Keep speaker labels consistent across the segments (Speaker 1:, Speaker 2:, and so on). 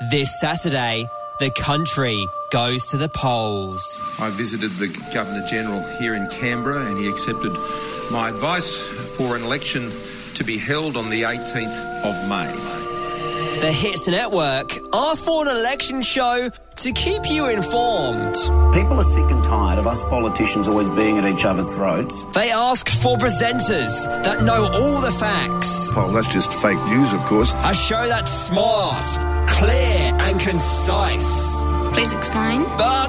Speaker 1: This Saturday, the country goes to the polls.
Speaker 2: I visited the Governor General here in Canberra and he accepted my advice for an election to be held on the 18th of May.
Speaker 1: The Hits Network asked for an election show to keep you informed.
Speaker 3: People are sick and tired of us politicians always being at each other's throats.
Speaker 1: They asked for presenters that know all the facts,
Speaker 4: Oh, that's just fake news, of course.
Speaker 1: a show that's smart, clear, and concise.
Speaker 5: Please explain.
Speaker 1: But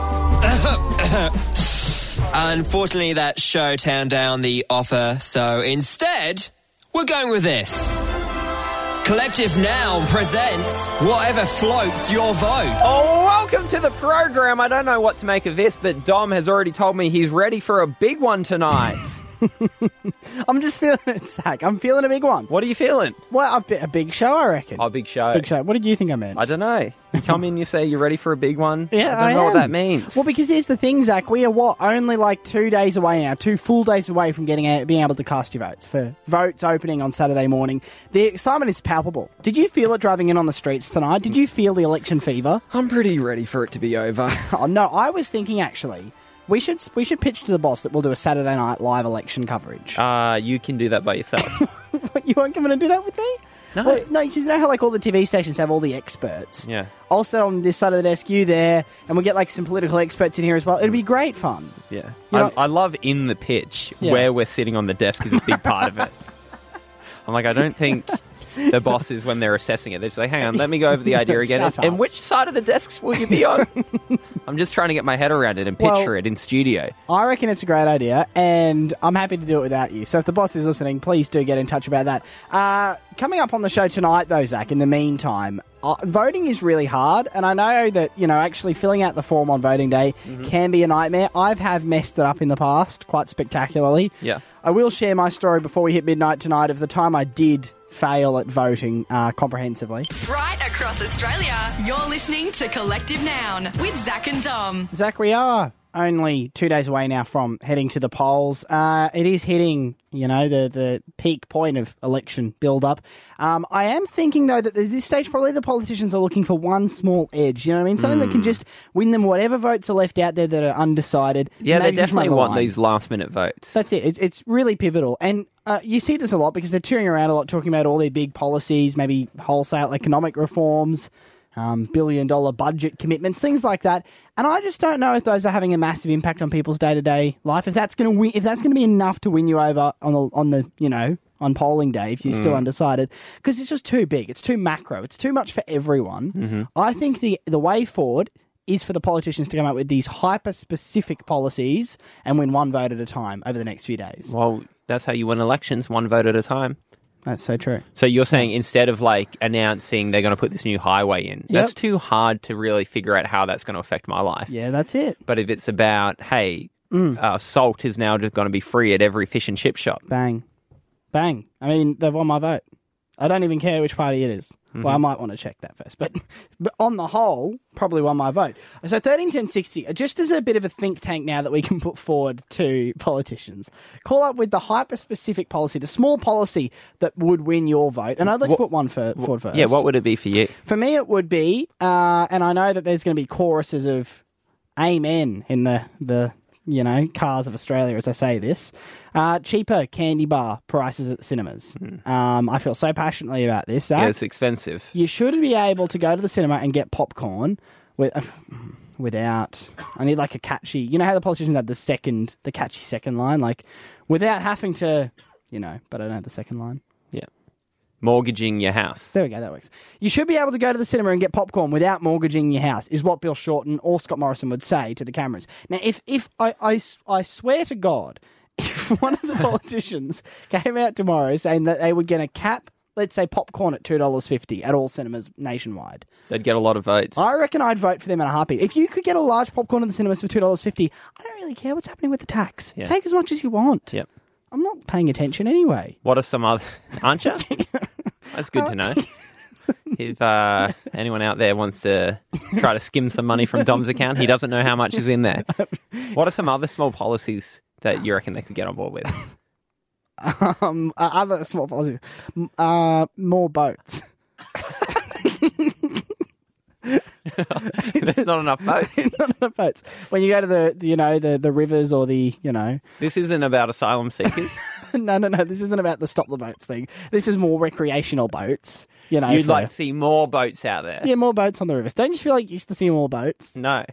Speaker 1: unfortunately, that show turned down the offer, so instead, we're going with this. Collective Noun presents Whatever Floats Your Vote.
Speaker 6: Oh, welcome to the program. I don't know what to make of this, but Dom has already told me he's ready for a big one tonight.
Speaker 7: I'm just feeling it, Zach. I'm feeling a big one.
Speaker 6: what are you feeling?
Speaker 7: Well, a, bi- a big show, I reckon.
Speaker 6: Oh, big show.
Speaker 7: Big show. What did you think I meant?
Speaker 6: I don't know. You come in, you say you're ready for a big one.
Speaker 7: Yeah,
Speaker 6: I don't know what
Speaker 7: am.
Speaker 6: that means.
Speaker 7: Well, because here's the thing, Zach. We are what only like two days away now, two full days away from getting out, being able to cast your votes for votes opening on Saturday morning. The excitement is palpable. Did you feel it driving in on the streets tonight? Did you feel the election fever?
Speaker 6: I'm pretty ready for it to be over.
Speaker 7: Oh no, I was thinking actually. We should we should pitch to the boss that we'll do a Saturday night live election coverage.
Speaker 6: uh, you can do that by yourself.
Speaker 7: you won't come in and do that with me?
Speaker 6: No.
Speaker 7: Well, no, 'cause you know how like all the TV stations have all the experts.
Speaker 6: Yeah.
Speaker 7: I'll sit on this side of the desk, you there, and we'll get like some political experts in here as well. It'd be great fun.
Speaker 6: yeah. I,
Speaker 7: You know-
Speaker 6: I love in the pitch
Speaker 7: Yeah.
Speaker 6: where we're sitting on the desk is a big part of it. I'm like, I don't think the bosses, when they're assessing it, they say, hang on, let me go over the idea again.
Speaker 7: shut
Speaker 6: and
Speaker 7: up.
Speaker 6: which side of the desks will you be on? I'm just trying to get my head around it and picture
Speaker 7: Well-
Speaker 6: it in studio.
Speaker 7: I reckon it's a great idea, and I'm happy to do it without you. So if the boss is listening, please do get in touch about that. Uh, coming up on the show tonight, though, Zach, in the meantime, uh, voting is really hard, and I know that, you know, actually filling out the form on voting day can be a nightmare. I've have messed it up in the past quite spectacularly.
Speaker 6: Yeah.
Speaker 7: I will share my story before we hit midnight tonight of the time I did fail at voting uh, comprehensively.
Speaker 8: Right across Australia, you're listening to Collective Noun with Zach and Dom.
Speaker 7: Zach, we are only two days away now from heading to the polls. Uh, it is hitting, you know, the, the peak point of election build up. Um, I am thinking, though, that at this stage, probably the politicians are looking for one small edge. You know what I mean? Something
Speaker 6: Hmm.
Speaker 7: that can just win them whatever votes are left out there that are undecided.
Speaker 6: Yeah, they
Speaker 7: Maybe just run
Speaker 6: definitely
Speaker 7: the
Speaker 6: want
Speaker 7: line.
Speaker 6: these last minute votes.
Speaker 7: That's it. It's, it's really pivotal. And uh, you see this a lot because they're touring around a lot talking about all their big policies, maybe wholesale economic reforms, um, billion dollar budget commitments, things like that. And I just don't know if those are having a massive impact on people's day to day life. If that's going to win, if that's going to be enough to win you over on the on the you know on polling day if you're still undecided because it's just too big. It's too macro. It's too much for everyone. I think the the way forward is for the politicians to come up with these hyper specific policies and win one vote at a time over the next few days.
Speaker 6: well, that's how you win elections, one vote at a time.
Speaker 7: That's so true.
Speaker 6: So you're saying instead of like announcing they're going to put this new highway in, that's
Speaker 7: Yep.
Speaker 6: too hard to really figure out how that's going to affect my life.
Speaker 7: Yeah, that's it.
Speaker 6: But if it's about, hey, uh, salt is now just going to be free at every fish and chip shop.
Speaker 7: Bang. Bang. I mean, they've won my vote. I don't even care which party it is. Well, I
Speaker 6: Mm-hmm.
Speaker 7: might want to check that first, but, but on the whole, probably won my vote. So thirteen ten sixty, just as a bit of a think tank now that we can put forward to politicians, call up with the hyper specific policy, the small policy that would win your vote. And I'd like
Speaker 6: What-
Speaker 7: to put one for, forward first.
Speaker 6: Yeah, what would it be for you?
Speaker 7: For me, it would be, uh, and I know that there's going to be choruses of "Amen" in the the you know cars of Australia as I say this. Uh, cheaper candy bar prices at the cinemas. Um, I feel so passionately about this. Zach.
Speaker 6: Yeah, it's expensive.
Speaker 7: You should be able to go to the cinema and get popcorn with. Without, I need like a catchy. You know how the politicians had the second, the catchy second line, like without having to, you know. But I don't have the second line.
Speaker 6: Yeah. Mortgaging your house.
Speaker 7: There we go, that works. You should be able to go to the cinema and get popcorn without mortgaging your house, is what Bill Shorten or Scott Morrison would say to the cameras. Now, if, if I, I s- I swear to God, if one of the politicians came out tomorrow saying that they were going to cap, let's say, popcorn at $2.50 at all cinemas nationwide,
Speaker 6: They'd get a lot of votes.
Speaker 7: I reckon I'd vote for them in a heartbeat. If you could get a large popcorn in the cinemas for $2.50, I don't really care what's happening with the tax.
Speaker 6: Yeah.
Speaker 7: Take as much as you want.
Speaker 6: Yep.
Speaker 7: I'm not paying attention anyway.
Speaker 6: What are some other? Aren't you? That's good to know. If uh, anyone out there wants to try to skim some money from Dom's account, he doesn't know how much is in there. What are some other small policies that you reckon they could get on board with?
Speaker 7: um, uh, other small policies. M- Uh, more boats.
Speaker 6: There's not enough votes.
Speaker 7: None of the votes. When you go to the, the, you know, the, the rivers or the, you know,
Speaker 6: This isn't about asylum seekers.
Speaker 7: no, no, no. This isn't about the stop the boats thing. This is more recreational boats. You know,
Speaker 6: You'd
Speaker 7: for-
Speaker 6: like to see more boats out there.
Speaker 7: yeah, more boats on the rivers. Don't you feel like you used to see more boats?
Speaker 6: No.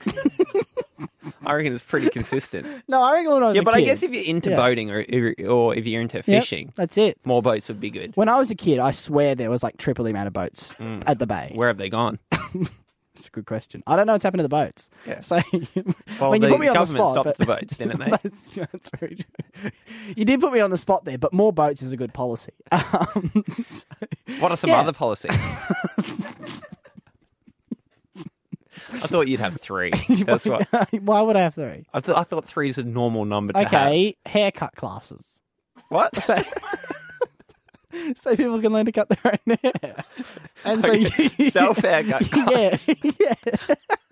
Speaker 6: I reckon it's pretty consistent.
Speaker 7: No, I reckon when I was
Speaker 6: Yeah,
Speaker 7: a
Speaker 6: but I
Speaker 7: kid-
Speaker 6: guess if you're into
Speaker 7: Yeah.
Speaker 6: boating or, or if you're into
Speaker 7: Yep,
Speaker 6: fishing,
Speaker 7: that's it.
Speaker 6: more boats would be good.
Speaker 7: When I was a kid, I swear there was like triple the amount of boats at the bay.
Speaker 6: Mm. Where have they gone?
Speaker 7: That's a good question. I don't know what's happened to the boats.
Speaker 6: Yeah.
Speaker 7: So
Speaker 6: Well,
Speaker 7: when
Speaker 6: the
Speaker 7: you put me on the
Speaker 6: government
Speaker 7: spot,
Speaker 6: stopped
Speaker 7: but-
Speaker 6: the boats, didn't they?
Speaker 7: that's, that's very true. You did put me on the spot there, but more boats is a good policy. Um, so-
Speaker 6: What are some
Speaker 7: Yeah.
Speaker 6: other policies? I thought you'd have three. That's what
Speaker 7: why would I have three?
Speaker 6: I, th- I thought. Three is a normal number. To
Speaker 7: Okay, haircut classes.
Speaker 6: have. what?
Speaker 7: So, so people can learn to cut their own hair. And so you,
Speaker 6: Self haircut.
Speaker 7: yeah, yeah.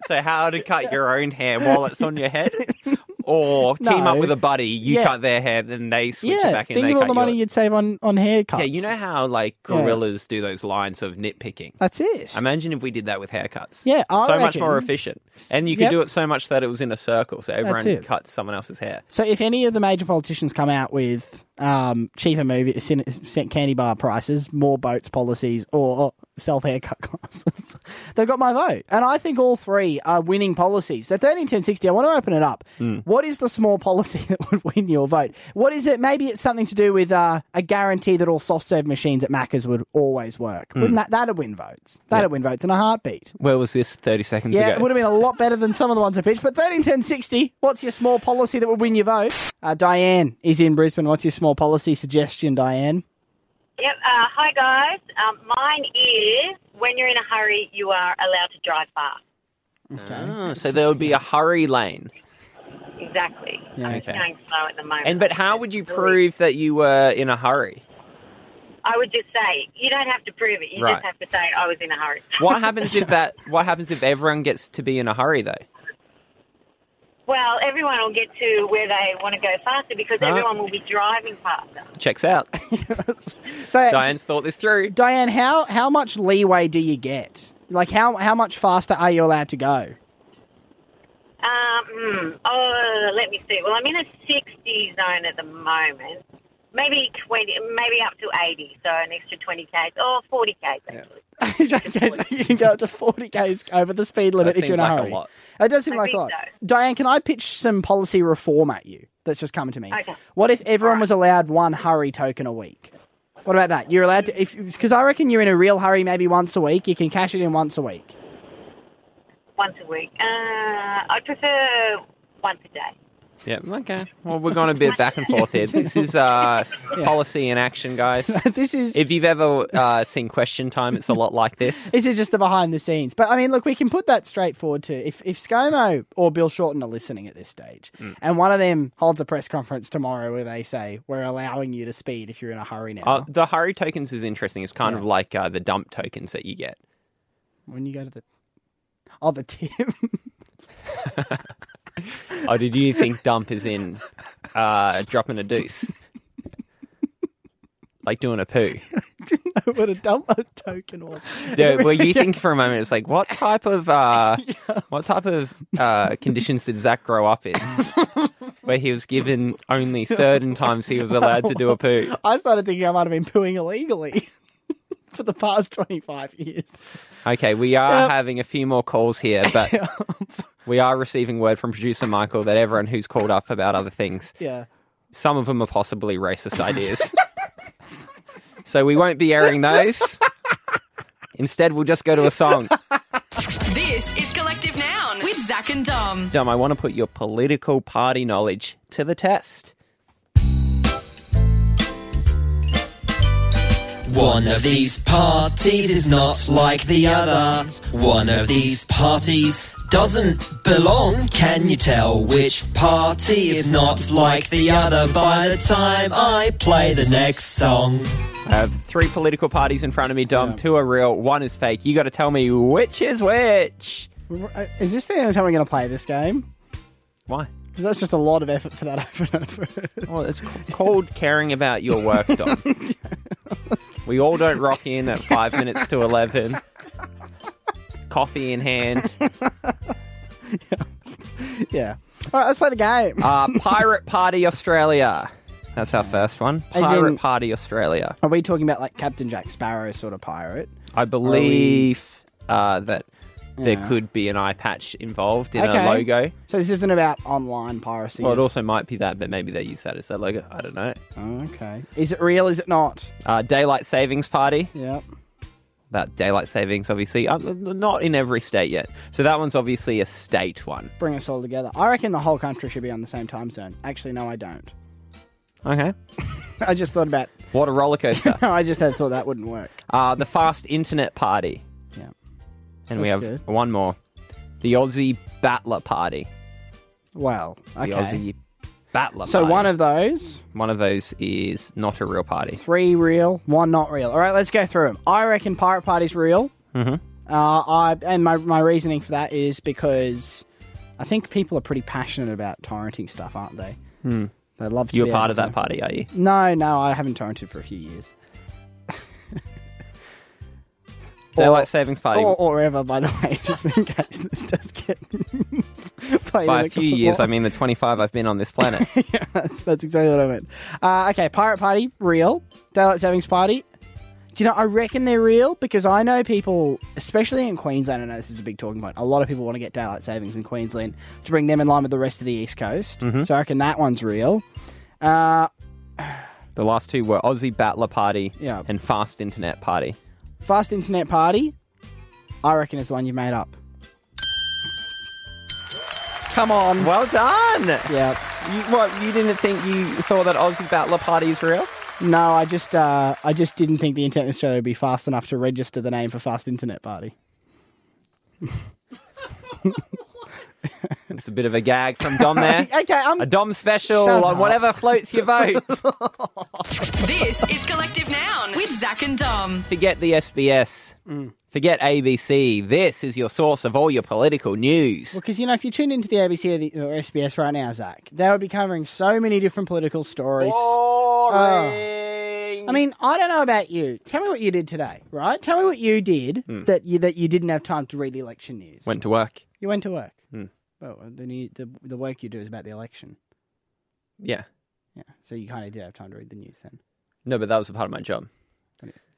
Speaker 6: So how to cut your own hair while it's on your head, or team
Speaker 7: No.
Speaker 6: up with a buddy. You
Speaker 7: Yeah.
Speaker 6: cut their hair, then they switch it
Speaker 7: yeah.
Speaker 6: back and
Speaker 7: Think
Speaker 6: they
Speaker 7: of all
Speaker 6: cut
Speaker 7: the money
Speaker 6: yours.
Speaker 7: you'd save on on haircuts.
Speaker 6: Yeah, you know how like
Speaker 7: Yeah.
Speaker 6: gorillas do those lines of nitpicking.
Speaker 7: that's it.
Speaker 6: Imagine if we did that with haircuts.
Speaker 7: Yeah, I
Speaker 6: so much
Speaker 7: reckon-
Speaker 6: more efficient, and you could
Speaker 7: Yep.
Speaker 6: do it so much that it was in a circle, so everyone
Speaker 7: it.
Speaker 6: cuts someone else's hair.
Speaker 7: so if any of the major politicians come out with um, cheaper movie sin- sin- candy bar prices, more boats policies, or, or self haircut classes, they've got my vote. And I think all three are winning policies. So thirteen ten sixty, I want to open it up. What is the small policy that would win your vote? What is it? Maybe it's something to do with uh, a guarantee that all soft serve machines at Macca's would always work. Wouldn't that that'd win votes? That'd win votes in a heartbeat.
Speaker 6: Where was this thirty seconds ago?
Speaker 7: Yeah, it would have been a lot better than some of the ones I pitched. But 13, 10, 60, what's your small policy that would win your vote? Uh, Diane is in Brisbane. What's your small policy suggestion, Diane?
Speaker 5: Yep. Uh, hi, guys. Um, mine is when you're in a hurry, you are allowed to drive fast.
Speaker 6: Oh, so there would be a hurry lane.
Speaker 5: Exactly. I'm just
Speaker 6: okay.
Speaker 5: going slow at the moment.
Speaker 6: And but how would you prove that you were in a hurry?
Speaker 5: I would just say you don't have to prove it. You
Speaker 6: Right.
Speaker 5: just have to say I was in a hurry.
Speaker 6: What happens if that? What happens if everyone gets to be in a hurry though?
Speaker 5: Well, everyone will get to where they want to go faster because
Speaker 6: Right.
Speaker 5: everyone will be driving faster.
Speaker 6: Checks out.
Speaker 7: So,
Speaker 6: Diane's thought this through.
Speaker 7: Diane, how, how much leeway do you get? Like, how, how much faster are you allowed to go?
Speaker 5: Um, hmm. oh, let me see. Well, I'm in a 60 zone at the moment. Maybe 20, maybe up to 80, so an extra 20 k's or 40 k's actually.
Speaker 7: okay, so you can go up to 40 k's over the speed limit
Speaker 6: That
Speaker 7: if you're in
Speaker 6: seems
Speaker 7: a
Speaker 6: like a
Speaker 7: hurry.
Speaker 6: lot.
Speaker 7: It does seem
Speaker 5: I
Speaker 7: like a
Speaker 5: think
Speaker 7: lot.
Speaker 5: so.
Speaker 7: Diane, can I pitch some policy reform at you that's just coming to me?
Speaker 5: Okay.
Speaker 7: What if everyone was allowed one hurry token a week? What about that? You're allowed to, if because I reckon you're in a real hurry maybe once a week. You can cash it in once a week.
Speaker 5: Once a week. Uh, I prefer once a day.
Speaker 6: Yeah. Okay. Well, we're going a bit back and forth here. This is uh, policy in action, guys.
Speaker 7: This is
Speaker 6: If you've ever uh, seen Question Time, it's a lot like this.
Speaker 7: this is just the behind the scenes. But I mean, look, we can put that straight forward to if if ScoMo or Bill Shorten are listening at this stage,
Speaker 6: Hmm.
Speaker 7: and one of them holds a press conference tomorrow where they say we're allowing you to speed if you're in a hurry now.
Speaker 6: Uh, the hurry tokens is interesting. It's kind of like uh, the dump tokens that you get.
Speaker 7: when you go to the oh the tip
Speaker 6: Oh, did you think dump is in uh, dropping a deuce? like doing a poo.
Speaker 7: what a dumb a token was.
Speaker 6: Yeah, well, you think for a moment, it's like, what type of uh, what type of uh, conditions did Zach grow up in, where he was given only certain times he was allowed to do a poo?
Speaker 7: I started thinking I might have been pooing illegally for the past twenty five years.
Speaker 6: Okay, we are
Speaker 7: Yep.
Speaker 6: having a few more calls here, but we are receiving word from producer Michael that everyone who's called up about other things,
Speaker 7: Yeah.
Speaker 6: some of them are possibly racist ideas. so we won't be airing those. Instead, we'll just go to a song.
Speaker 8: This is Collective Noun with Zach and Dom.
Speaker 6: Dom, I want to put your political party knowledge to the test.
Speaker 1: One of these parties is not like the other. One of these parties doesn't belong. Can you tell which party is not like the other by the time I play the next song?
Speaker 6: I have three political parties in front of me, Dom. Two are real, one is fake. You got to tell me which is which.
Speaker 7: Uh, Is this the only time we're going to play this game?
Speaker 6: Why?
Speaker 7: Because that's just a lot of effort for that opener. For...
Speaker 6: Well, it's c- called caring about your work, Dom. we all don't rock in at five minutes to 11. coffee in hand.
Speaker 7: Yeah. All right, let's play the game.
Speaker 6: Uh, Pirate Party Australia. That's our first one.
Speaker 7: As
Speaker 6: Pirate
Speaker 7: in-
Speaker 6: Party Australia.
Speaker 7: Are we talking about like Captain Jack Sparrow sort of pirate?
Speaker 6: I believe uh, that there
Speaker 7: Yeah.
Speaker 6: could be an eye patch involved in
Speaker 7: Okay.
Speaker 6: a logo.
Speaker 7: So this isn't about online piracy.
Speaker 6: Well, it also might be that, but maybe they use that as their logo. I don't know.
Speaker 7: Oh, okay. Is it real? Is it not?
Speaker 6: Uh, Daylight Savings Party.
Speaker 7: Yeah.
Speaker 6: About daylight savings, obviously. Uh, not in every state yet. So that one's obviously a state one.
Speaker 7: Bring us all together. I reckon the whole country should be on the same time zone. Actually, no, I don't.
Speaker 6: Okay.
Speaker 7: I just thought about.
Speaker 6: What a roller coaster.
Speaker 7: No, I just had thought that wouldn't work.
Speaker 6: uh, the Fast Internet Party.
Speaker 7: Yeah.
Speaker 6: And we have
Speaker 7: That's good.
Speaker 6: one more. The Aussie Battler Party.
Speaker 7: Well, okay.
Speaker 6: The Aussie Battler
Speaker 7: so
Speaker 6: Party.
Speaker 7: one of those,
Speaker 6: one of those is not a real party.
Speaker 7: three real, one not real. All right, let's go through them. I reckon Pirate Party's real. Mm-hmm. Uh, I and my my reasoning for that is because I think people are pretty passionate about torrenting stuff, aren't they? They love. To
Speaker 6: You're
Speaker 7: be
Speaker 6: Hmm. part
Speaker 7: able
Speaker 6: of that
Speaker 7: to-
Speaker 6: party, are you?
Speaker 7: No, no, I haven't torrented for a few years.
Speaker 6: Daylight Savings Party.
Speaker 7: Or, or ever, by the way, just in case this does get played
Speaker 6: By
Speaker 7: in
Speaker 6: a
Speaker 7: the
Speaker 6: few years, I
Speaker 7: court.
Speaker 6: mean the 25 I've been on this planet.
Speaker 7: that's, that's exactly what I meant. Uh, okay, Pirate Party, real. Daylight Savings Party. Do you know, I reckon they're real because I know people, especially in Queensland, I know this is a big talking point. A lot of people want to get daylight savings in Queensland to bring them in line with the rest of the East Coast. So I reckon that one's real. Uh,
Speaker 6: the last two were Aussie Battler Party
Speaker 7: Yeah.
Speaker 6: and Fast Internet Party.
Speaker 7: Fast Internet Party, I reckon is the one you made up. Come on.
Speaker 6: Well done!
Speaker 7: Yeah.
Speaker 6: You, what, you didn't think you thought that Aussie Battler Party is real?
Speaker 7: No, I just uh, I just didn't think the Internet in Australia would be fast enough to register the name for Fast Internet Party.
Speaker 6: It's a bit of a gag from Dom there.
Speaker 7: Okay, I'm
Speaker 6: A Dom special
Speaker 7: Shut
Speaker 6: on
Speaker 7: up.
Speaker 6: whatever floats your boat.
Speaker 8: This is Collective Noun with Zach and Dom.
Speaker 6: Forget the SBS.
Speaker 7: Mm.
Speaker 6: Forget ABC. This is your source of all your political news.
Speaker 7: because you know if you tuned into the ABC or, the, or SBS right now, Zach, they would be covering so many different political stories. Oh.
Speaker 6: Boring.
Speaker 7: I mean, I don't know about you. Tell me what you did today, right? Tell me what you did
Speaker 6: Hmm.
Speaker 7: that you that you didn't have time to read the election news.
Speaker 6: Went to work.
Speaker 7: you went to work.
Speaker 6: Hmm.
Speaker 7: Well, the, new, the the work you do is about the election.
Speaker 6: Yeah.
Speaker 7: Yeah, so you kind of did have time to read the news then.
Speaker 6: No, but that was a part of my job.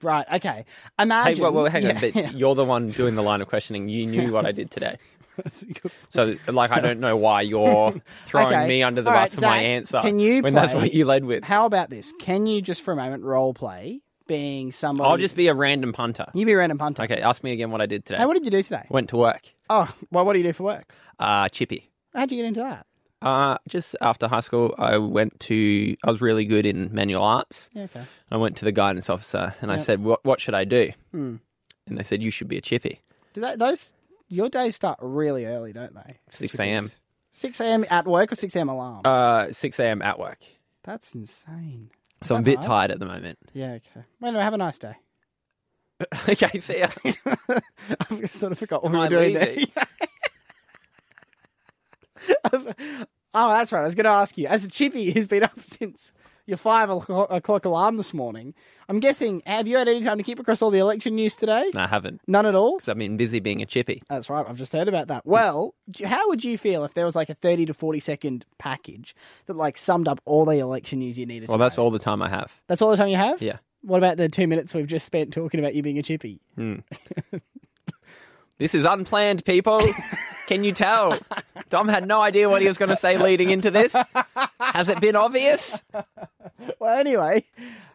Speaker 7: Right. Okay.
Speaker 6: Hey,
Speaker 7: Imagine.
Speaker 6: well, well, hang on.
Speaker 7: Yeah,
Speaker 6: But
Speaker 7: yeah.
Speaker 6: you're the one doing the line of questioning. You knew what I did today.
Speaker 7: That's a good-
Speaker 6: So, like, I don't know why you're throwing
Speaker 7: Okay.
Speaker 6: me under the
Speaker 7: All
Speaker 6: bus
Speaker 7: right,
Speaker 6: for my
Speaker 7: Zach,
Speaker 6: answer
Speaker 7: can you
Speaker 6: when that's
Speaker 7: play-
Speaker 6: what you led with.
Speaker 7: How about this? Can you just for a moment role play being someone?
Speaker 6: I'll just be a random punter.
Speaker 7: you be random punter.
Speaker 6: Okay, ask me again what I did today.
Speaker 7: Hey, what did you do today?
Speaker 6: Went to work.
Speaker 7: Oh, well, what do you do for work?
Speaker 6: Uh, chippy.
Speaker 7: How'd you get into that?
Speaker 6: Uh, just after high school, I went to. I was really good in manual arts.
Speaker 7: Yeah, okay.
Speaker 6: I went to the guidance officer and I said, "What what should I do?" And they said, "You should be a chippy."
Speaker 7: Do that, those your days start really early, don't they?
Speaker 6: 6 a.m.
Speaker 7: Six a.m. at work or six a.m. alarm?
Speaker 6: Uh, 6 a.m. at work.
Speaker 7: That's insane.
Speaker 6: So I'm a bit tired at the moment.
Speaker 7: Yeah. Okay. Well, no, have a nice day.
Speaker 6: okay, see ya.
Speaker 7: I've sort of forgot what we
Speaker 6: Am I
Speaker 7: were doing there.
Speaker 6: leaving?
Speaker 7: Oh, that's right. I was going to ask you. As a chippy who's been up since your five o'clock o'clock alarm this morning, I'm guessing have you had any time to keep across all the election news today?
Speaker 6: no, I haven't.
Speaker 7: None at all.
Speaker 6: Because I've been busy being a chippy.
Speaker 7: That's right. I've just heard about that. Well, do- how would you feel if there was like a thirty to forty second package that like summed up all the election news you needed?
Speaker 6: Well,
Speaker 7: to
Speaker 6: that's
Speaker 7: know?
Speaker 6: all the time I have.
Speaker 7: That's all the time you have.
Speaker 6: Yeah.
Speaker 7: What about the two minutes we've just spent talking about you being a chippy?
Speaker 6: This is unplanned, people. Can you tell? Dom had no idea what he was going to say leading into this. Has it been obvious?
Speaker 7: Well, anyway,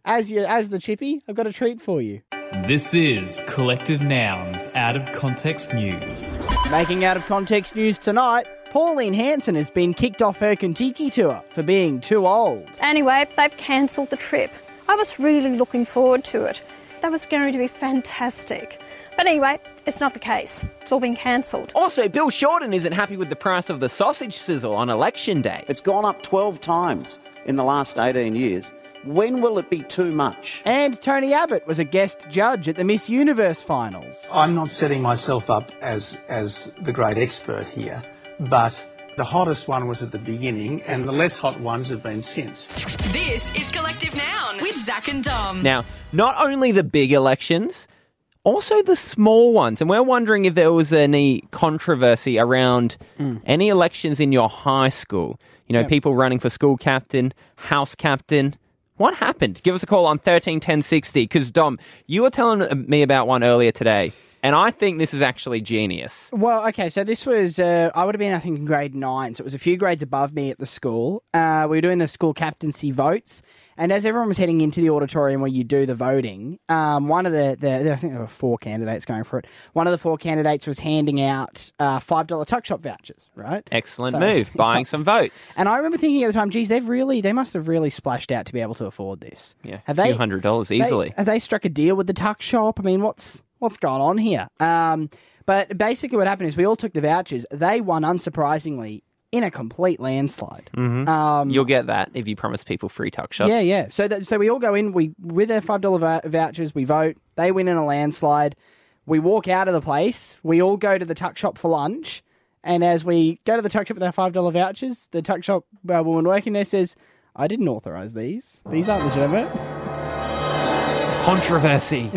Speaker 7: as you as the chippy, I've got a treat for you.
Speaker 9: This is Collective Nouns Out of Context News.
Speaker 7: Making out of context news tonight, Pauline Hanson has been kicked off her Kentucky tour for being too old.
Speaker 10: Anyway, they've cancelled the trip. I was really looking forward to it. That was going to be fantastic. But anyway, it's not the case. It's all been cancelled.
Speaker 6: Also, Bill Shorten isn't happy with the price of the sausage sizzle on election day.
Speaker 3: It's gone up 12 times in the last 18 years. When will it be too much?
Speaker 7: And Tony Abbott was a guest judge at the Miss Universe finals.
Speaker 11: I'm not setting myself up as as the great expert here, but the hottest one was at the beginning, and the less hot ones have been since.
Speaker 8: This is Collective Noun with Zach and Dom.
Speaker 6: Now, not only the big elections, also the small ones. And we're wondering if there was any controversy around any elections in your high school. You know,
Speaker 7: Yep.
Speaker 6: people running for school captain, house captain. What happened? Give us a call on 131060 because, Dom, you were telling me about one earlier today. And I think this is actually genius.
Speaker 7: Well, okay, so this was, uh, I would have been, I think, in grade nine. So it was a few grades above me at the school. Uh, we were doing the school captaincy votes. And as everyone was heading into the auditorium where you do the voting, um, one of the, the, I think there were four candidates going for it. One of the four candidates was handing out uh, $5 tuck shop vouchers, right?
Speaker 6: Excellent
Speaker 7: So-
Speaker 6: move, buying some votes.
Speaker 7: And I remember thinking at the time, geez, they've really, they must have really splashed out to be able to afford this.
Speaker 6: Yeah,
Speaker 7: Have
Speaker 6: a
Speaker 7: they-
Speaker 6: few hundred dollars
Speaker 7: They-
Speaker 6: easily.
Speaker 7: have they struck a deal with the tuck shop? I mean, what's what's going on here? Um, but basically, what happened is we all took the vouchers. They won, unsurprisingly, in a complete landslide.
Speaker 6: Mhm.
Speaker 7: Um,
Speaker 6: You'll get that if you promise people free tuck shots.
Speaker 7: Yeah, yeah. So that, so we all go in. We with our five dollar vou- vouchers, we vote. They win in a landslide. We walk out of the place. We all go to the tuck shop for lunch. And as we go to the tuck shop with our five dollar vouchers, the tuck shop uh, woman working there says, "I didn't authorize these. These aren't legitimate."
Speaker 6: Controversy.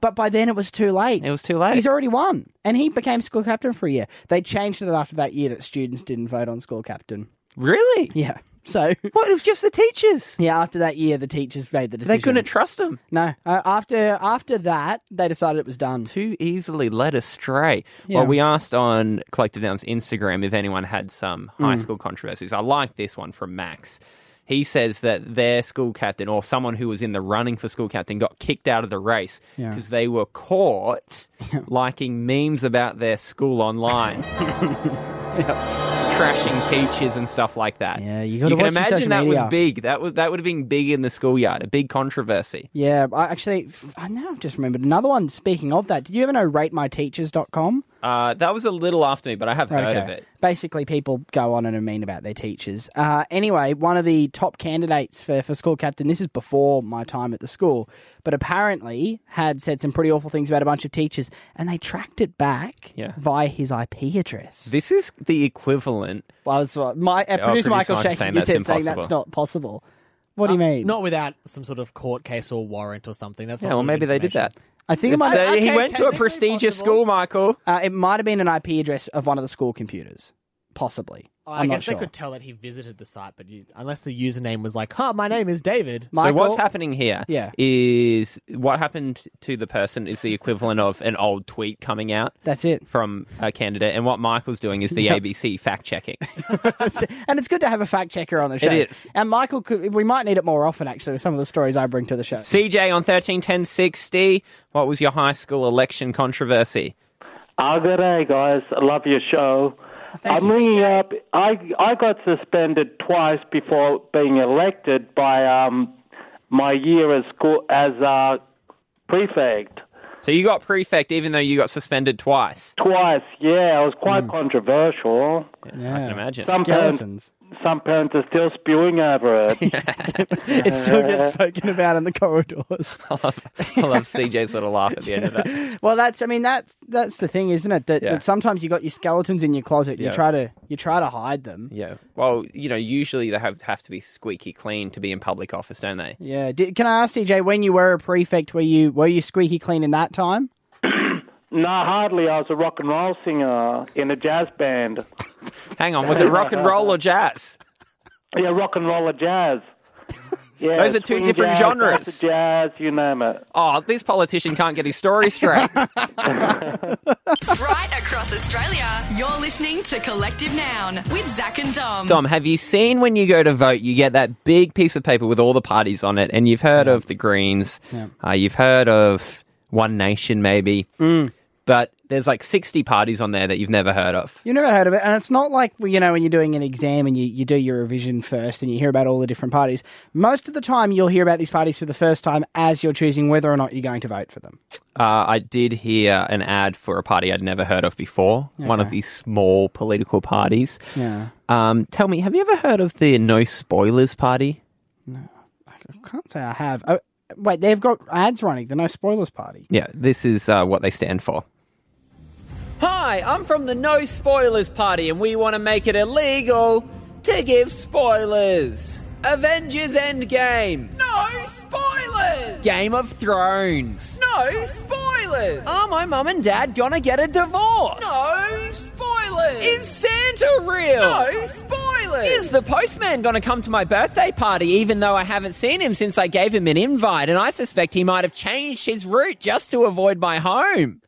Speaker 7: But by then it was too late. It
Speaker 6: was too late.
Speaker 7: He's already won. And he became school captain for a year. They changed it after that year that students didn't vote on school captain.
Speaker 6: Really?
Speaker 7: Yeah. So.
Speaker 6: What? It was just the teachers.
Speaker 7: Yeah, after that year, the teachers made the decision.
Speaker 6: They couldn't trust him.
Speaker 7: No. Uh, after after that, they decided it was done.
Speaker 6: Too easily led astray.
Speaker 7: Yeah.
Speaker 6: Well, we asked on Collective Down's Instagram if anyone had some high
Speaker 7: Mm.
Speaker 6: school controversies. I like this one from Max. He says that their school captain or someone who was in the running for school captain got kicked out of the race
Speaker 7: Yeah.
Speaker 6: because they were caught liking memes about their school online. Trashing teachers and stuff like that. Yeah, you,
Speaker 7: gotta
Speaker 6: can
Speaker 7: watch your social
Speaker 6: imagine that
Speaker 7: media.
Speaker 6: was big. That was that would have been big in the schoolyard, a big controversy.
Speaker 7: Yeah, I actually, I now I've just remembered another one. Speaking of that, did you ever know ratemyteachers.com?
Speaker 6: Uh, that was a little after me, but I have heard of it.
Speaker 7: Basically, people go on and are mean about their teachers. Uh, anyway, one of the top candidates for, for school captain, this is before my time at the school, but apparently had said some pretty awful things about a bunch of teachers, and they tracked it back
Speaker 6: Yeah.
Speaker 7: via his IP address.
Speaker 6: This is the equivalent.
Speaker 7: Well, that's what my uh,
Speaker 6: Yeah,
Speaker 7: producer,
Speaker 6: producer
Speaker 7: Michael
Speaker 6: Mike's
Speaker 7: shaking
Speaker 6: saying
Speaker 7: his
Speaker 6: that's
Speaker 7: head, saying that's
Speaker 6: impossible. Uh,
Speaker 7: not possible. What do you mean?
Speaker 12: Not without some sort of court case or warrant or something. That's
Speaker 6: Yeah,
Speaker 12: not
Speaker 6: well,
Speaker 12: sort of
Speaker 6: maybe they did
Speaker 12: information.
Speaker 6: that.
Speaker 7: I think it might.
Speaker 6: So he went to a prestigious school, Michael.
Speaker 7: Uh, it might have been an IP address of one of the school computers, possibly.
Speaker 12: Oh,
Speaker 7: I'm
Speaker 12: I
Speaker 7: not
Speaker 12: guess
Speaker 7: sure.
Speaker 12: they could tell that he visited the site, but you, unless the username was like, "Huh, my name is David."
Speaker 6: so what's happening here is
Speaker 12: Yeah.
Speaker 6: what happened to the person is the equivalent of an old tweet coming out.
Speaker 7: That's it
Speaker 6: from a candidate, and what Michael's doing is the
Speaker 7: Yep.
Speaker 6: ABC fact checking.
Speaker 7: and it's good to have a fact checker on the
Speaker 6: It
Speaker 7: show.
Speaker 6: is.
Speaker 7: And Michael, could, we might need it more often, actually, with some of the stories I bring to the show.
Speaker 6: CJ on thirteen ten sixty. What was your high school election controversy?
Speaker 13: Oh, good day, guys. I love your show. I'm ringing up. I I got suspended twice before being elected by um my year as school as uh prefect.
Speaker 6: So you got prefect, even though you got suspended twice.
Speaker 13: Twice, yeah, it was quite
Speaker 6: Hmm.
Speaker 13: controversial.
Speaker 6: Yeah. I can imagine.
Speaker 13: Some
Speaker 7: Um,
Speaker 13: parents, some parents are still spewing over it.
Speaker 7: it still gets spoken about in the corridors.
Speaker 6: I love, I love CJ's little laugh at the end of that.
Speaker 7: Well, that's. I mean, that's that's the thing, isn't it? That,
Speaker 6: Yeah.
Speaker 7: that sometimes you got your skeletons in your closet.
Speaker 6: Yeah.
Speaker 7: You try to you try to hide them.
Speaker 6: Yeah. Well, you know, usually they have have to be squeaky clean to be in public office, don't they?
Speaker 7: Yeah. Did, can I ask CJ when you were a prefect? Were you were you squeaky clean in that time?
Speaker 13: no, hardly. I was a rock and roll singer in a jazz band.
Speaker 6: Hang on, was it rock and roll or jazz?
Speaker 13: Yeah, rock and roll or jazz. Yeah,
Speaker 6: Those are two
Speaker 13: swing
Speaker 6: different
Speaker 13: jazz,
Speaker 6: genres.
Speaker 13: acid Jazz, you name it.
Speaker 6: Oh, this politician can't get his story straight.
Speaker 8: right across Australia, you're listening to Collective Noun with Zach and Dom.
Speaker 6: Dom, have you seen when you go to vote, you get that big piece of paper with all the parties on it, and you've heard of the Greens,
Speaker 7: Yeah.
Speaker 6: uh, you've heard of One Nation, maybe,
Speaker 7: Mm.
Speaker 6: but there's like 60 parties on there that you've never heard of.
Speaker 7: You never heard of it, and it's not like well, you know when you're doing an exam and you, you do your revision first and you hear about all the different parties. Most of the time, you'll hear about these parties for the first time as you're choosing whether or not you're going to vote for them.
Speaker 6: Uh, I did hear an ad for a party I'd never heard of before, one of
Speaker 7: Okay.
Speaker 6: these small political parties.
Speaker 7: Yeah.
Speaker 6: Um, tell me, have you ever heard of the No Spoilers Party?
Speaker 7: I can't say I have. Oh, wait, they've got ads running. The no spoilers party.
Speaker 6: Yeah, this is uh, what they stand for.
Speaker 14: Hi, I'm from the No Spoilers Party, and we want to make it illegal to give spoilers. Avengers Endgame. No spoilers!
Speaker 6: Game of Thrones.
Speaker 14: No No spoilers! Are my mum and dad gonna get a divorce? No spoilers! Is Santa real? No spoilers! Is the postman gonna come to my birthday party even though I haven't seen him since I gave him an invite and I suspect he might have changed his route just to avoid my home?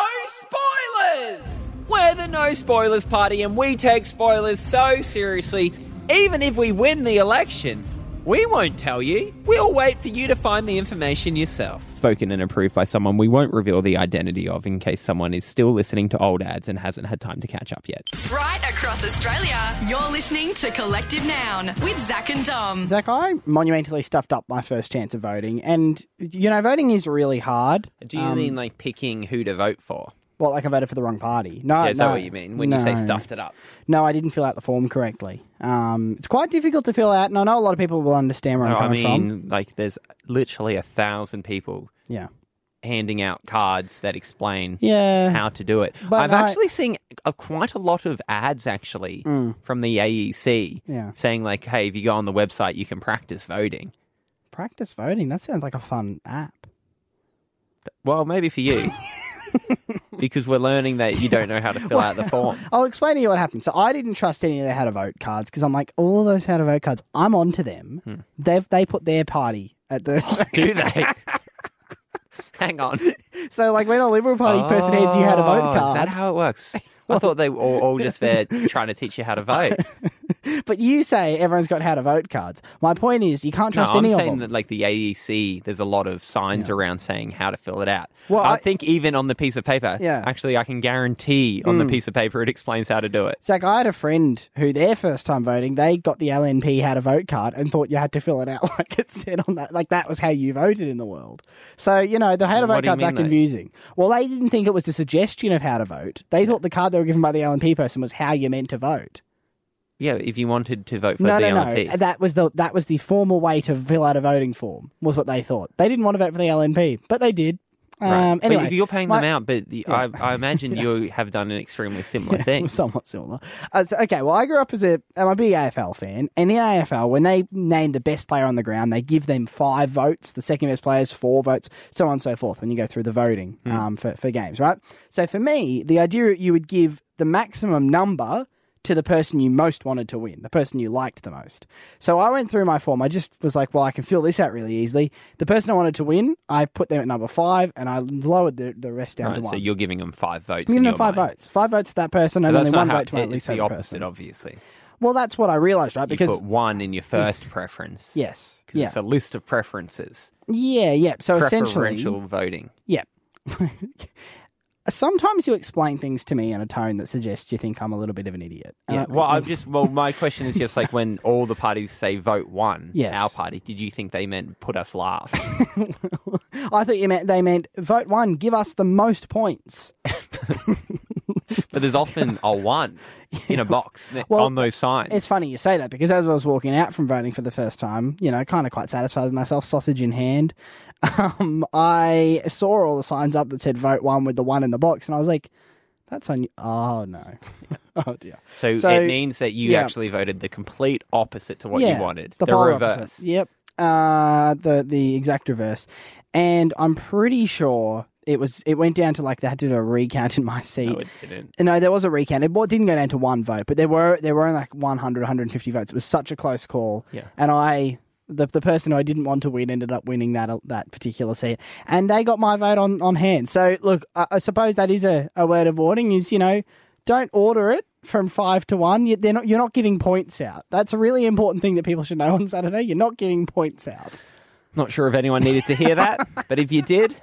Speaker 14: No spoilers! We're the no spoilers party and we take spoilers so seriously. Even if we win the election, we won't tell you. We'll wait for you to find the information yourself.
Speaker 6: Spoken and approved by someone we won't reveal the identity of in case someone is still listening to old ads and hasn't had time to catch up yet.
Speaker 8: Right across Australia, you're listening to Collective Noun with Zach and Dom.
Speaker 7: Zach, I monumentally stuffed up my first chance of voting, and you know, voting is really hard.
Speaker 6: Uh, Do you
Speaker 7: Um,
Speaker 6: mean like picking who to vote for?
Speaker 7: Well, like I voted for the wrong party. No,
Speaker 6: yeah, is that
Speaker 7: Uh, no,
Speaker 6: what you mean when you say
Speaker 7: no.
Speaker 6: stuffed it up?
Speaker 7: No, I didn't fill out the form correctly. Um, it's quite difficult to fill out, and I know a lot of people will understand where
Speaker 6: No,
Speaker 7: I'm
Speaker 6: I
Speaker 7: coming
Speaker 6: mean,
Speaker 7: from.
Speaker 6: like, there's literally a thousand people
Speaker 7: Yeah.
Speaker 6: handing out cards that explain
Speaker 7: Yeah.
Speaker 6: how to do it.
Speaker 7: Uh-huh. But
Speaker 6: I've
Speaker 7: I-
Speaker 6: actually seen a, quite a lot of ads, actually,
Speaker 7: Mm.
Speaker 6: from the AEC
Speaker 7: Yeah.
Speaker 6: saying, like, hey, if you go on the website, you can practice voting.
Speaker 7: Practice voting. That sounds like a fun app.
Speaker 6: Well, maybe for you. because we're learning that you don't know how to fill out the form.
Speaker 7: I'll explain to you what happened. So I didn't trust any of their how to vote cards because I'm like, all of those how to vote cards, I'm on to them.
Speaker 6: Hmm.
Speaker 7: They've they put their party at the
Speaker 6: Do they? Hang on.
Speaker 7: So like when a Liberal Party person hands you how to vote
Speaker 6: Oh, Is
Speaker 7: card,
Speaker 6: that how it works? I thought they were all, all just there trying to teach you how to vote.
Speaker 7: but you say everyone's got how to vote cards. My point is you can't trust
Speaker 6: no, I'm
Speaker 7: any of
Speaker 6: saying
Speaker 7: them.
Speaker 6: that like the AEC, there's a lot of signs around saying how to fill it out.
Speaker 7: Well,
Speaker 6: I,
Speaker 7: I-
Speaker 6: think even on the piece of paper,
Speaker 7: Yeah.
Speaker 6: actually, I can guarantee on the
Speaker 7: Mm.
Speaker 6: piece of paper it explains how to do it.
Speaker 7: Zach, I had a friend who their first time voting, they got the LNP how to vote card and thought you had to fill it out like it said on that, like that was how you voted in the world. So you know the how to
Speaker 6: What
Speaker 7: vote
Speaker 6: do you
Speaker 7: card's that
Speaker 6: mean, though?
Speaker 7: confusing. Well, they didn't think it was a suggestion of how to vote. They thought the card they were given by the LNP person was how you meant to vote.
Speaker 6: Yeah, if you wanted to vote for
Speaker 7: no,
Speaker 6: the
Speaker 7: no,
Speaker 6: LNP.
Speaker 7: no. That was the that was the formal way to fill out a voting form. Was what they thought. They didn't want to vote for the LNP, but they did.
Speaker 6: Right.
Speaker 7: Um,
Speaker 6: But
Speaker 7: anyway,
Speaker 6: if you're paying
Speaker 7: my-
Speaker 6: them out, but the,
Speaker 7: Yeah.
Speaker 6: I, I imagine you have done an extremely similar
Speaker 7: Yeah,
Speaker 6: thing.
Speaker 7: Somewhat similar. Uh, so, okay, well, I grew up as a I'm a big AFL fan, and in AFL, when they name the best player on the ground, they give them five votes. The second best player is four votes, so on and so forth. When you go through the voting
Speaker 15: Hmm.
Speaker 7: um, for for games, right? So for me, the idea that you would give the maximum number to the person you most wanted to win, the person you liked the most. So I went through my form. I just was like, well, I can fill this out really easily. The person I wanted to win, I put them at number five, and I lowered the, the rest down to
Speaker 6: Right,
Speaker 7: one.
Speaker 6: so you're giving them five votes.
Speaker 7: You
Speaker 6: in
Speaker 7: know,
Speaker 6: your
Speaker 7: five
Speaker 6: mind.
Speaker 7: votes. Five votes to that person,
Speaker 6: But
Speaker 7: and
Speaker 6: that's
Speaker 7: then one
Speaker 6: not how-
Speaker 7: vote to my
Speaker 6: it-
Speaker 7: least
Speaker 6: It's the
Speaker 7: favorite
Speaker 6: opposite,
Speaker 7: person.
Speaker 6: obviously.
Speaker 7: Well, that's what I realised, right? Because
Speaker 6: you put one in your first preference.
Speaker 7: yes,
Speaker 6: 'Cause
Speaker 7: yeah,
Speaker 6: It's a list of preferences.
Speaker 7: yeah, yeah. So essentially,
Speaker 6: Preferential voting.
Speaker 7: yeah. Sometimes you explain things to me in a tone that suggests you think I'm a little bit of an idiot. Uh, And
Speaker 6: Yeah.
Speaker 7: I-
Speaker 6: Uh, Well, I'm just. Well, my question is just like when all the parties say vote one.
Speaker 7: Yes.
Speaker 6: Our party. Did you think they meant put us last?
Speaker 7: I thought you meant they meant vote one, give us the most points.
Speaker 6: but there's often a one in a box ne-
Speaker 7: Well,
Speaker 6: on those signs.
Speaker 7: It's funny you say that because as I was walking out from voting for the first time, you know, kind of quite satisfied with myself, sausage in hand, um, I saw all the signs up that said vote one with the one in the box, and I was like, that's on. Oh, no. oh, dear.
Speaker 6: So,
Speaker 7: So,
Speaker 6: it means that you
Speaker 7: yeah.
Speaker 6: actually voted the complete opposite to what
Speaker 7: Yeah,
Speaker 6: you wanted.
Speaker 7: The,
Speaker 6: The,
Speaker 7: polar
Speaker 6: reverse.
Speaker 7: opposite. Yep. Uh, the the exact reverse, and I'm pretty sure it was. It went down to like they had to do a recount in my seat.
Speaker 6: No, it didn't.
Speaker 7: No, there was a recount. It wa- didn't go down to one vote, but there were there were only like 100, 150 votes. It was such a close call.
Speaker 6: Yeah.
Speaker 7: And I, the the person who I didn't want to win, ended up winning that that particular seat, and they got my vote on on hand. So look, I, I suppose that is a, a word of warning: is you know, don't order it from five to one. You, they're not you're not giving points out. That's a really important thing that people should know on Saturday. You're not giving points out.
Speaker 6: Not sure if anyone needed to hear that, but if you did,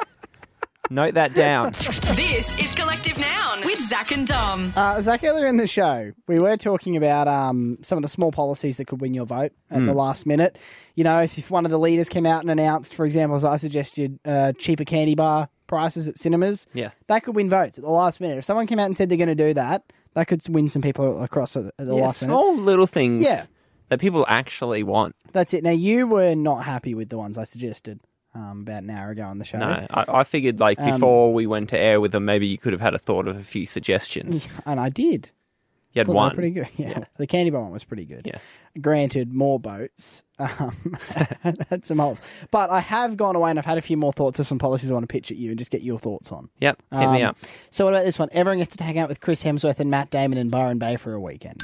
Speaker 6: note that down.
Speaker 8: This is Collective Noun with Zach and Dom.
Speaker 7: Uh, Zach, earlier in the show, we were talking about um, some of the small policies that could win your vote at
Speaker 6: Hmm.
Speaker 7: the last minute. You know, if, if one of the leaders came out and announced, for example, as I suggested, uh, cheaper candy bar prices at cinemas,
Speaker 6: Yeah.
Speaker 7: that could win votes at the last minute. If someone came out and said they're going to do that, that could win some people across at the, at the
Speaker 6: Yeah,
Speaker 7: last minute.
Speaker 6: small little things
Speaker 7: Yeah.
Speaker 6: that people actually want.
Speaker 7: That's it. Now, you were not happy with the ones I suggested um, about an hour ago on the show.
Speaker 6: No, I, I figured like
Speaker 7: Um,
Speaker 6: before we went to air with them, maybe you could have had a thought of a few suggestions.
Speaker 7: And I did.
Speaker 6: You had
Speaker 7: Thought they were
Speaker 6: one.
Speaker 7: Pretty good. Yeah. The candy bar one was pretty good.
Speaker 6: Yeah.
Speaker 7: Granted, more boats. Um, had some holes. But I have gone away and I've had a few more thoughts of some policies I want to pitch at you and just get your thoughts on.
Speaker 6: Yep. Hit me
Speaker 7: Um,
Speaker 6: up.
Speaker 7: So, what about this one? Everyone gets to hang out with Chris Hemsworth and Matt Damon in Byron Bay for a weekend.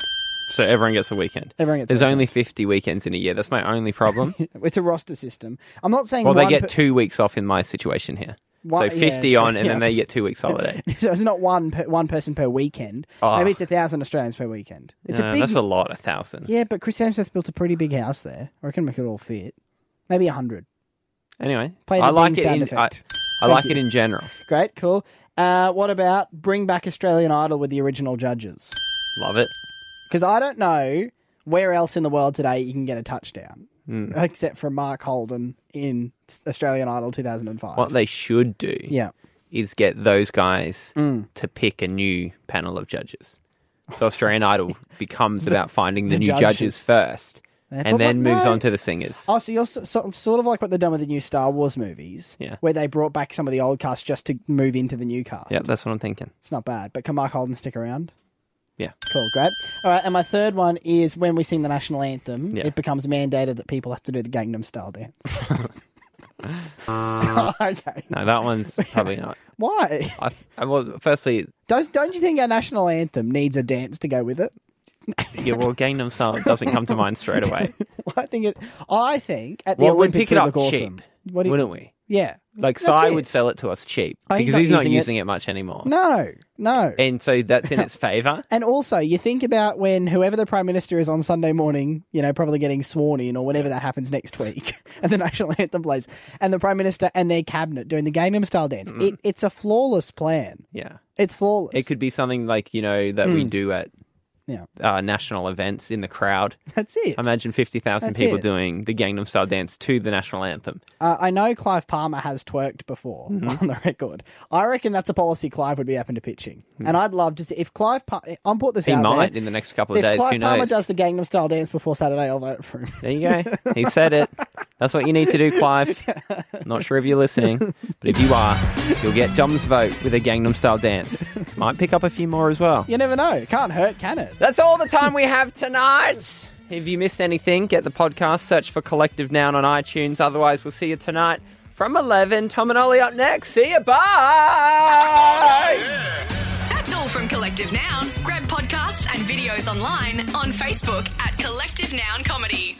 Speaker 6: So everyone gets a weekend.
Speaker 7: Everyone gets a
Speaker 6: There's only 50 weekends in a year. That's my only problem.
Speaker 7: It's a roster system. I'm not saying
Speaker 6: well, they
Speaker 7: one
Speaker 6: get
Speaker 7: per-
Speaker 6: two weeks off in my situation here.
Speaker 7: One-
Speaker 6: so
Speaker 7: yeah,
Speaker 6: 50
Speaker 7: true.
Speaker 6: on, and then
Speaker 7: Yeah.
Speaker 6: they get two weeks holiday.
Speaker 7: so it's not one per, one person per weekend.
Speaker 6: Oh.
Speaker 7: Maybe it's a thousand Australians per weekend. It's
Speaker 6: Uh,
Speaker 7: a big.
Speaker 6: That's a lot, a thousand.
Speaker 7: Yeah, but Chris Hemsworth built a pretty big house there. I reckon we could all fit. Maybe a hundred.
Speaker 6: Anyway,
Speaker 7: Play the
Speaker 6: I like
Speaker 7: ding
Speaker 6: it.
Speaker 7: sound
Speaker 6: In, I,
Speaker 7: effect.
Speaker 6: I
Speaker 7: Thank
Speaker 6: like
Speaker 7: you.
Speaker 6: it in general.
Speaker 7: Great, cool. Uh, what about bring back Australian Idol with the original judges?
Speaker 6: Love it.
Speaker 7: Because I don't know where else in the world today you can get a touchdown
Speaker 6: Mm.
Speaker 7: except for Mark Holden in Australian Idol 2005.
Speaker 6: What they should do,
Speaker 7: Yeah.
Speaker 6: is get those guys
Speaker 7: Mm.
Speaker 6: to pick a new panel of judges. So Australian Idol becomes about finding the,
Speaker 7: the
Speaker 6: new judges,
Speaker 7: judges.
Speaker 6: first,
Speaker 7: Yeah,
Speaker 6: and
Speaker 7: but-
Speaker 6: then
Speaker 7: but
Speaker 6: moves
Speaker 7: no.
Speaker 6: on to the singers.
Speaker 7: Oh, so you're so, so, sort of like what they've done with the new Star Wars movies,
Speaker 6: Yeah.
Speaker 7: where they brought back some of the old cast just to move into the new cast.
Speaker 6: Yeah, that's what I'm thinking.
Speaker 7: It's not bad, but can Mark Holden stick around?
Speaker 6: Yeah.
Speaker 7: Cool, great. All right, and my third one is when we sing the national anthem,
Speaker 6: Yeah.
Speaker 7: it becomes mandated that people have to do the Gangnam Style dance. okay.
Speaker 6: No, that one's probably not.
Speaker 7: Why?
Speaker 6: I, I, well, firstly,
Speaker 7: Does, don't you think our national anthem needs a dance to go with it?
Speaker 6: yeah, well, Gangnam Style doesn't come to mind straight away.
Speaker 7: I think it. I think at the
Speaker 6: Well, we'd
Speaker 7: Olympics
Speaker 6: pick it
Speaker 7: would
Speaker 6: up
Speaker 7: look
Speaker 6: cheap,
Speaker 7: awesome. What do you-
Speaker 6: wouldn't we?
Speaker 7: Yeah.
Speaker 6: Like,
Speaker 7: That's
Speaker 6: Psy
Speaker 7: it.
Speaker 6: would sell it to us cheap
Speaker 7: Oh, he's
Speaker 6: because
Speaker 7: not
Speaker 6: he's not
Speaker 7: using it.
Speaker 6: using it much anymore.
Speaker 7: No, no.
Speaker 6: And so that's in its favour.
Speaker 7: And also, you think about when whoever the prime minister is on Sunday morning, you know, probably getting sworn in or whenever that happens next week, and the national anthem plays, and the prime minister and their cabinet doing the Gangnam Style dance. It, it's a flawless plan.
Speaker 6: Yeah.
Speaker 7: It's flawless.
Speaker 6: Mm. It could be something like, you know, that we
Speaker 7: Mm.
Speaker 6: do at
Speaker 7: Yeah.
Speaker 6: uh, national events in the crowd.
Speaker 7: That's it.
Speaker 6: Imagine 50,000
Speaker 7: That's
Speaker 6: people
Speaker 7: it.
Speaker 6: doing the Gangnam Style dance to the national anthem.
Speaker 7: Uh, I know Clive Palmer has twerked before
Speaker 6: Mm-hmm.
Speaker 7: on the record. I reckon that's a policy Clive would be open to pitching, and I'd love to see if Clive. Pa- eh, I'm put this
Speaker 6: Hmm. He
Speaker 7: out there.
Speaker 6: might in the next couple of
Speaker 7: if
Speaker 6: days.
Speaker 7: Clive
Speaker 6: Who
Speaker 7: Palmer
Speaker 6: knows?
Speaker 7: does the Gangnam Style dance before Saturday, I'll vote for him.
Speaker 6: There you go. He said it. That's what you need to do, Clive. Not sure if you're listening, but if you are, you'll get Dom's vote with a Gangnam Style dance. Might pick up a few more as well.
Speaker 7: You never know. It can't hurt, can it?
Speaker 6: That's all the time we have tonight. If you missed anything, get the podcast, search for Collective Noun on iTunes. Otherwise, we'll see you tonight from 11. Tom and Ollie up next. See you. Bye.
Speaker 8: That's all from Collective Noun. Grab podcasts and videos online on Facebook at Collective Noun Comedy.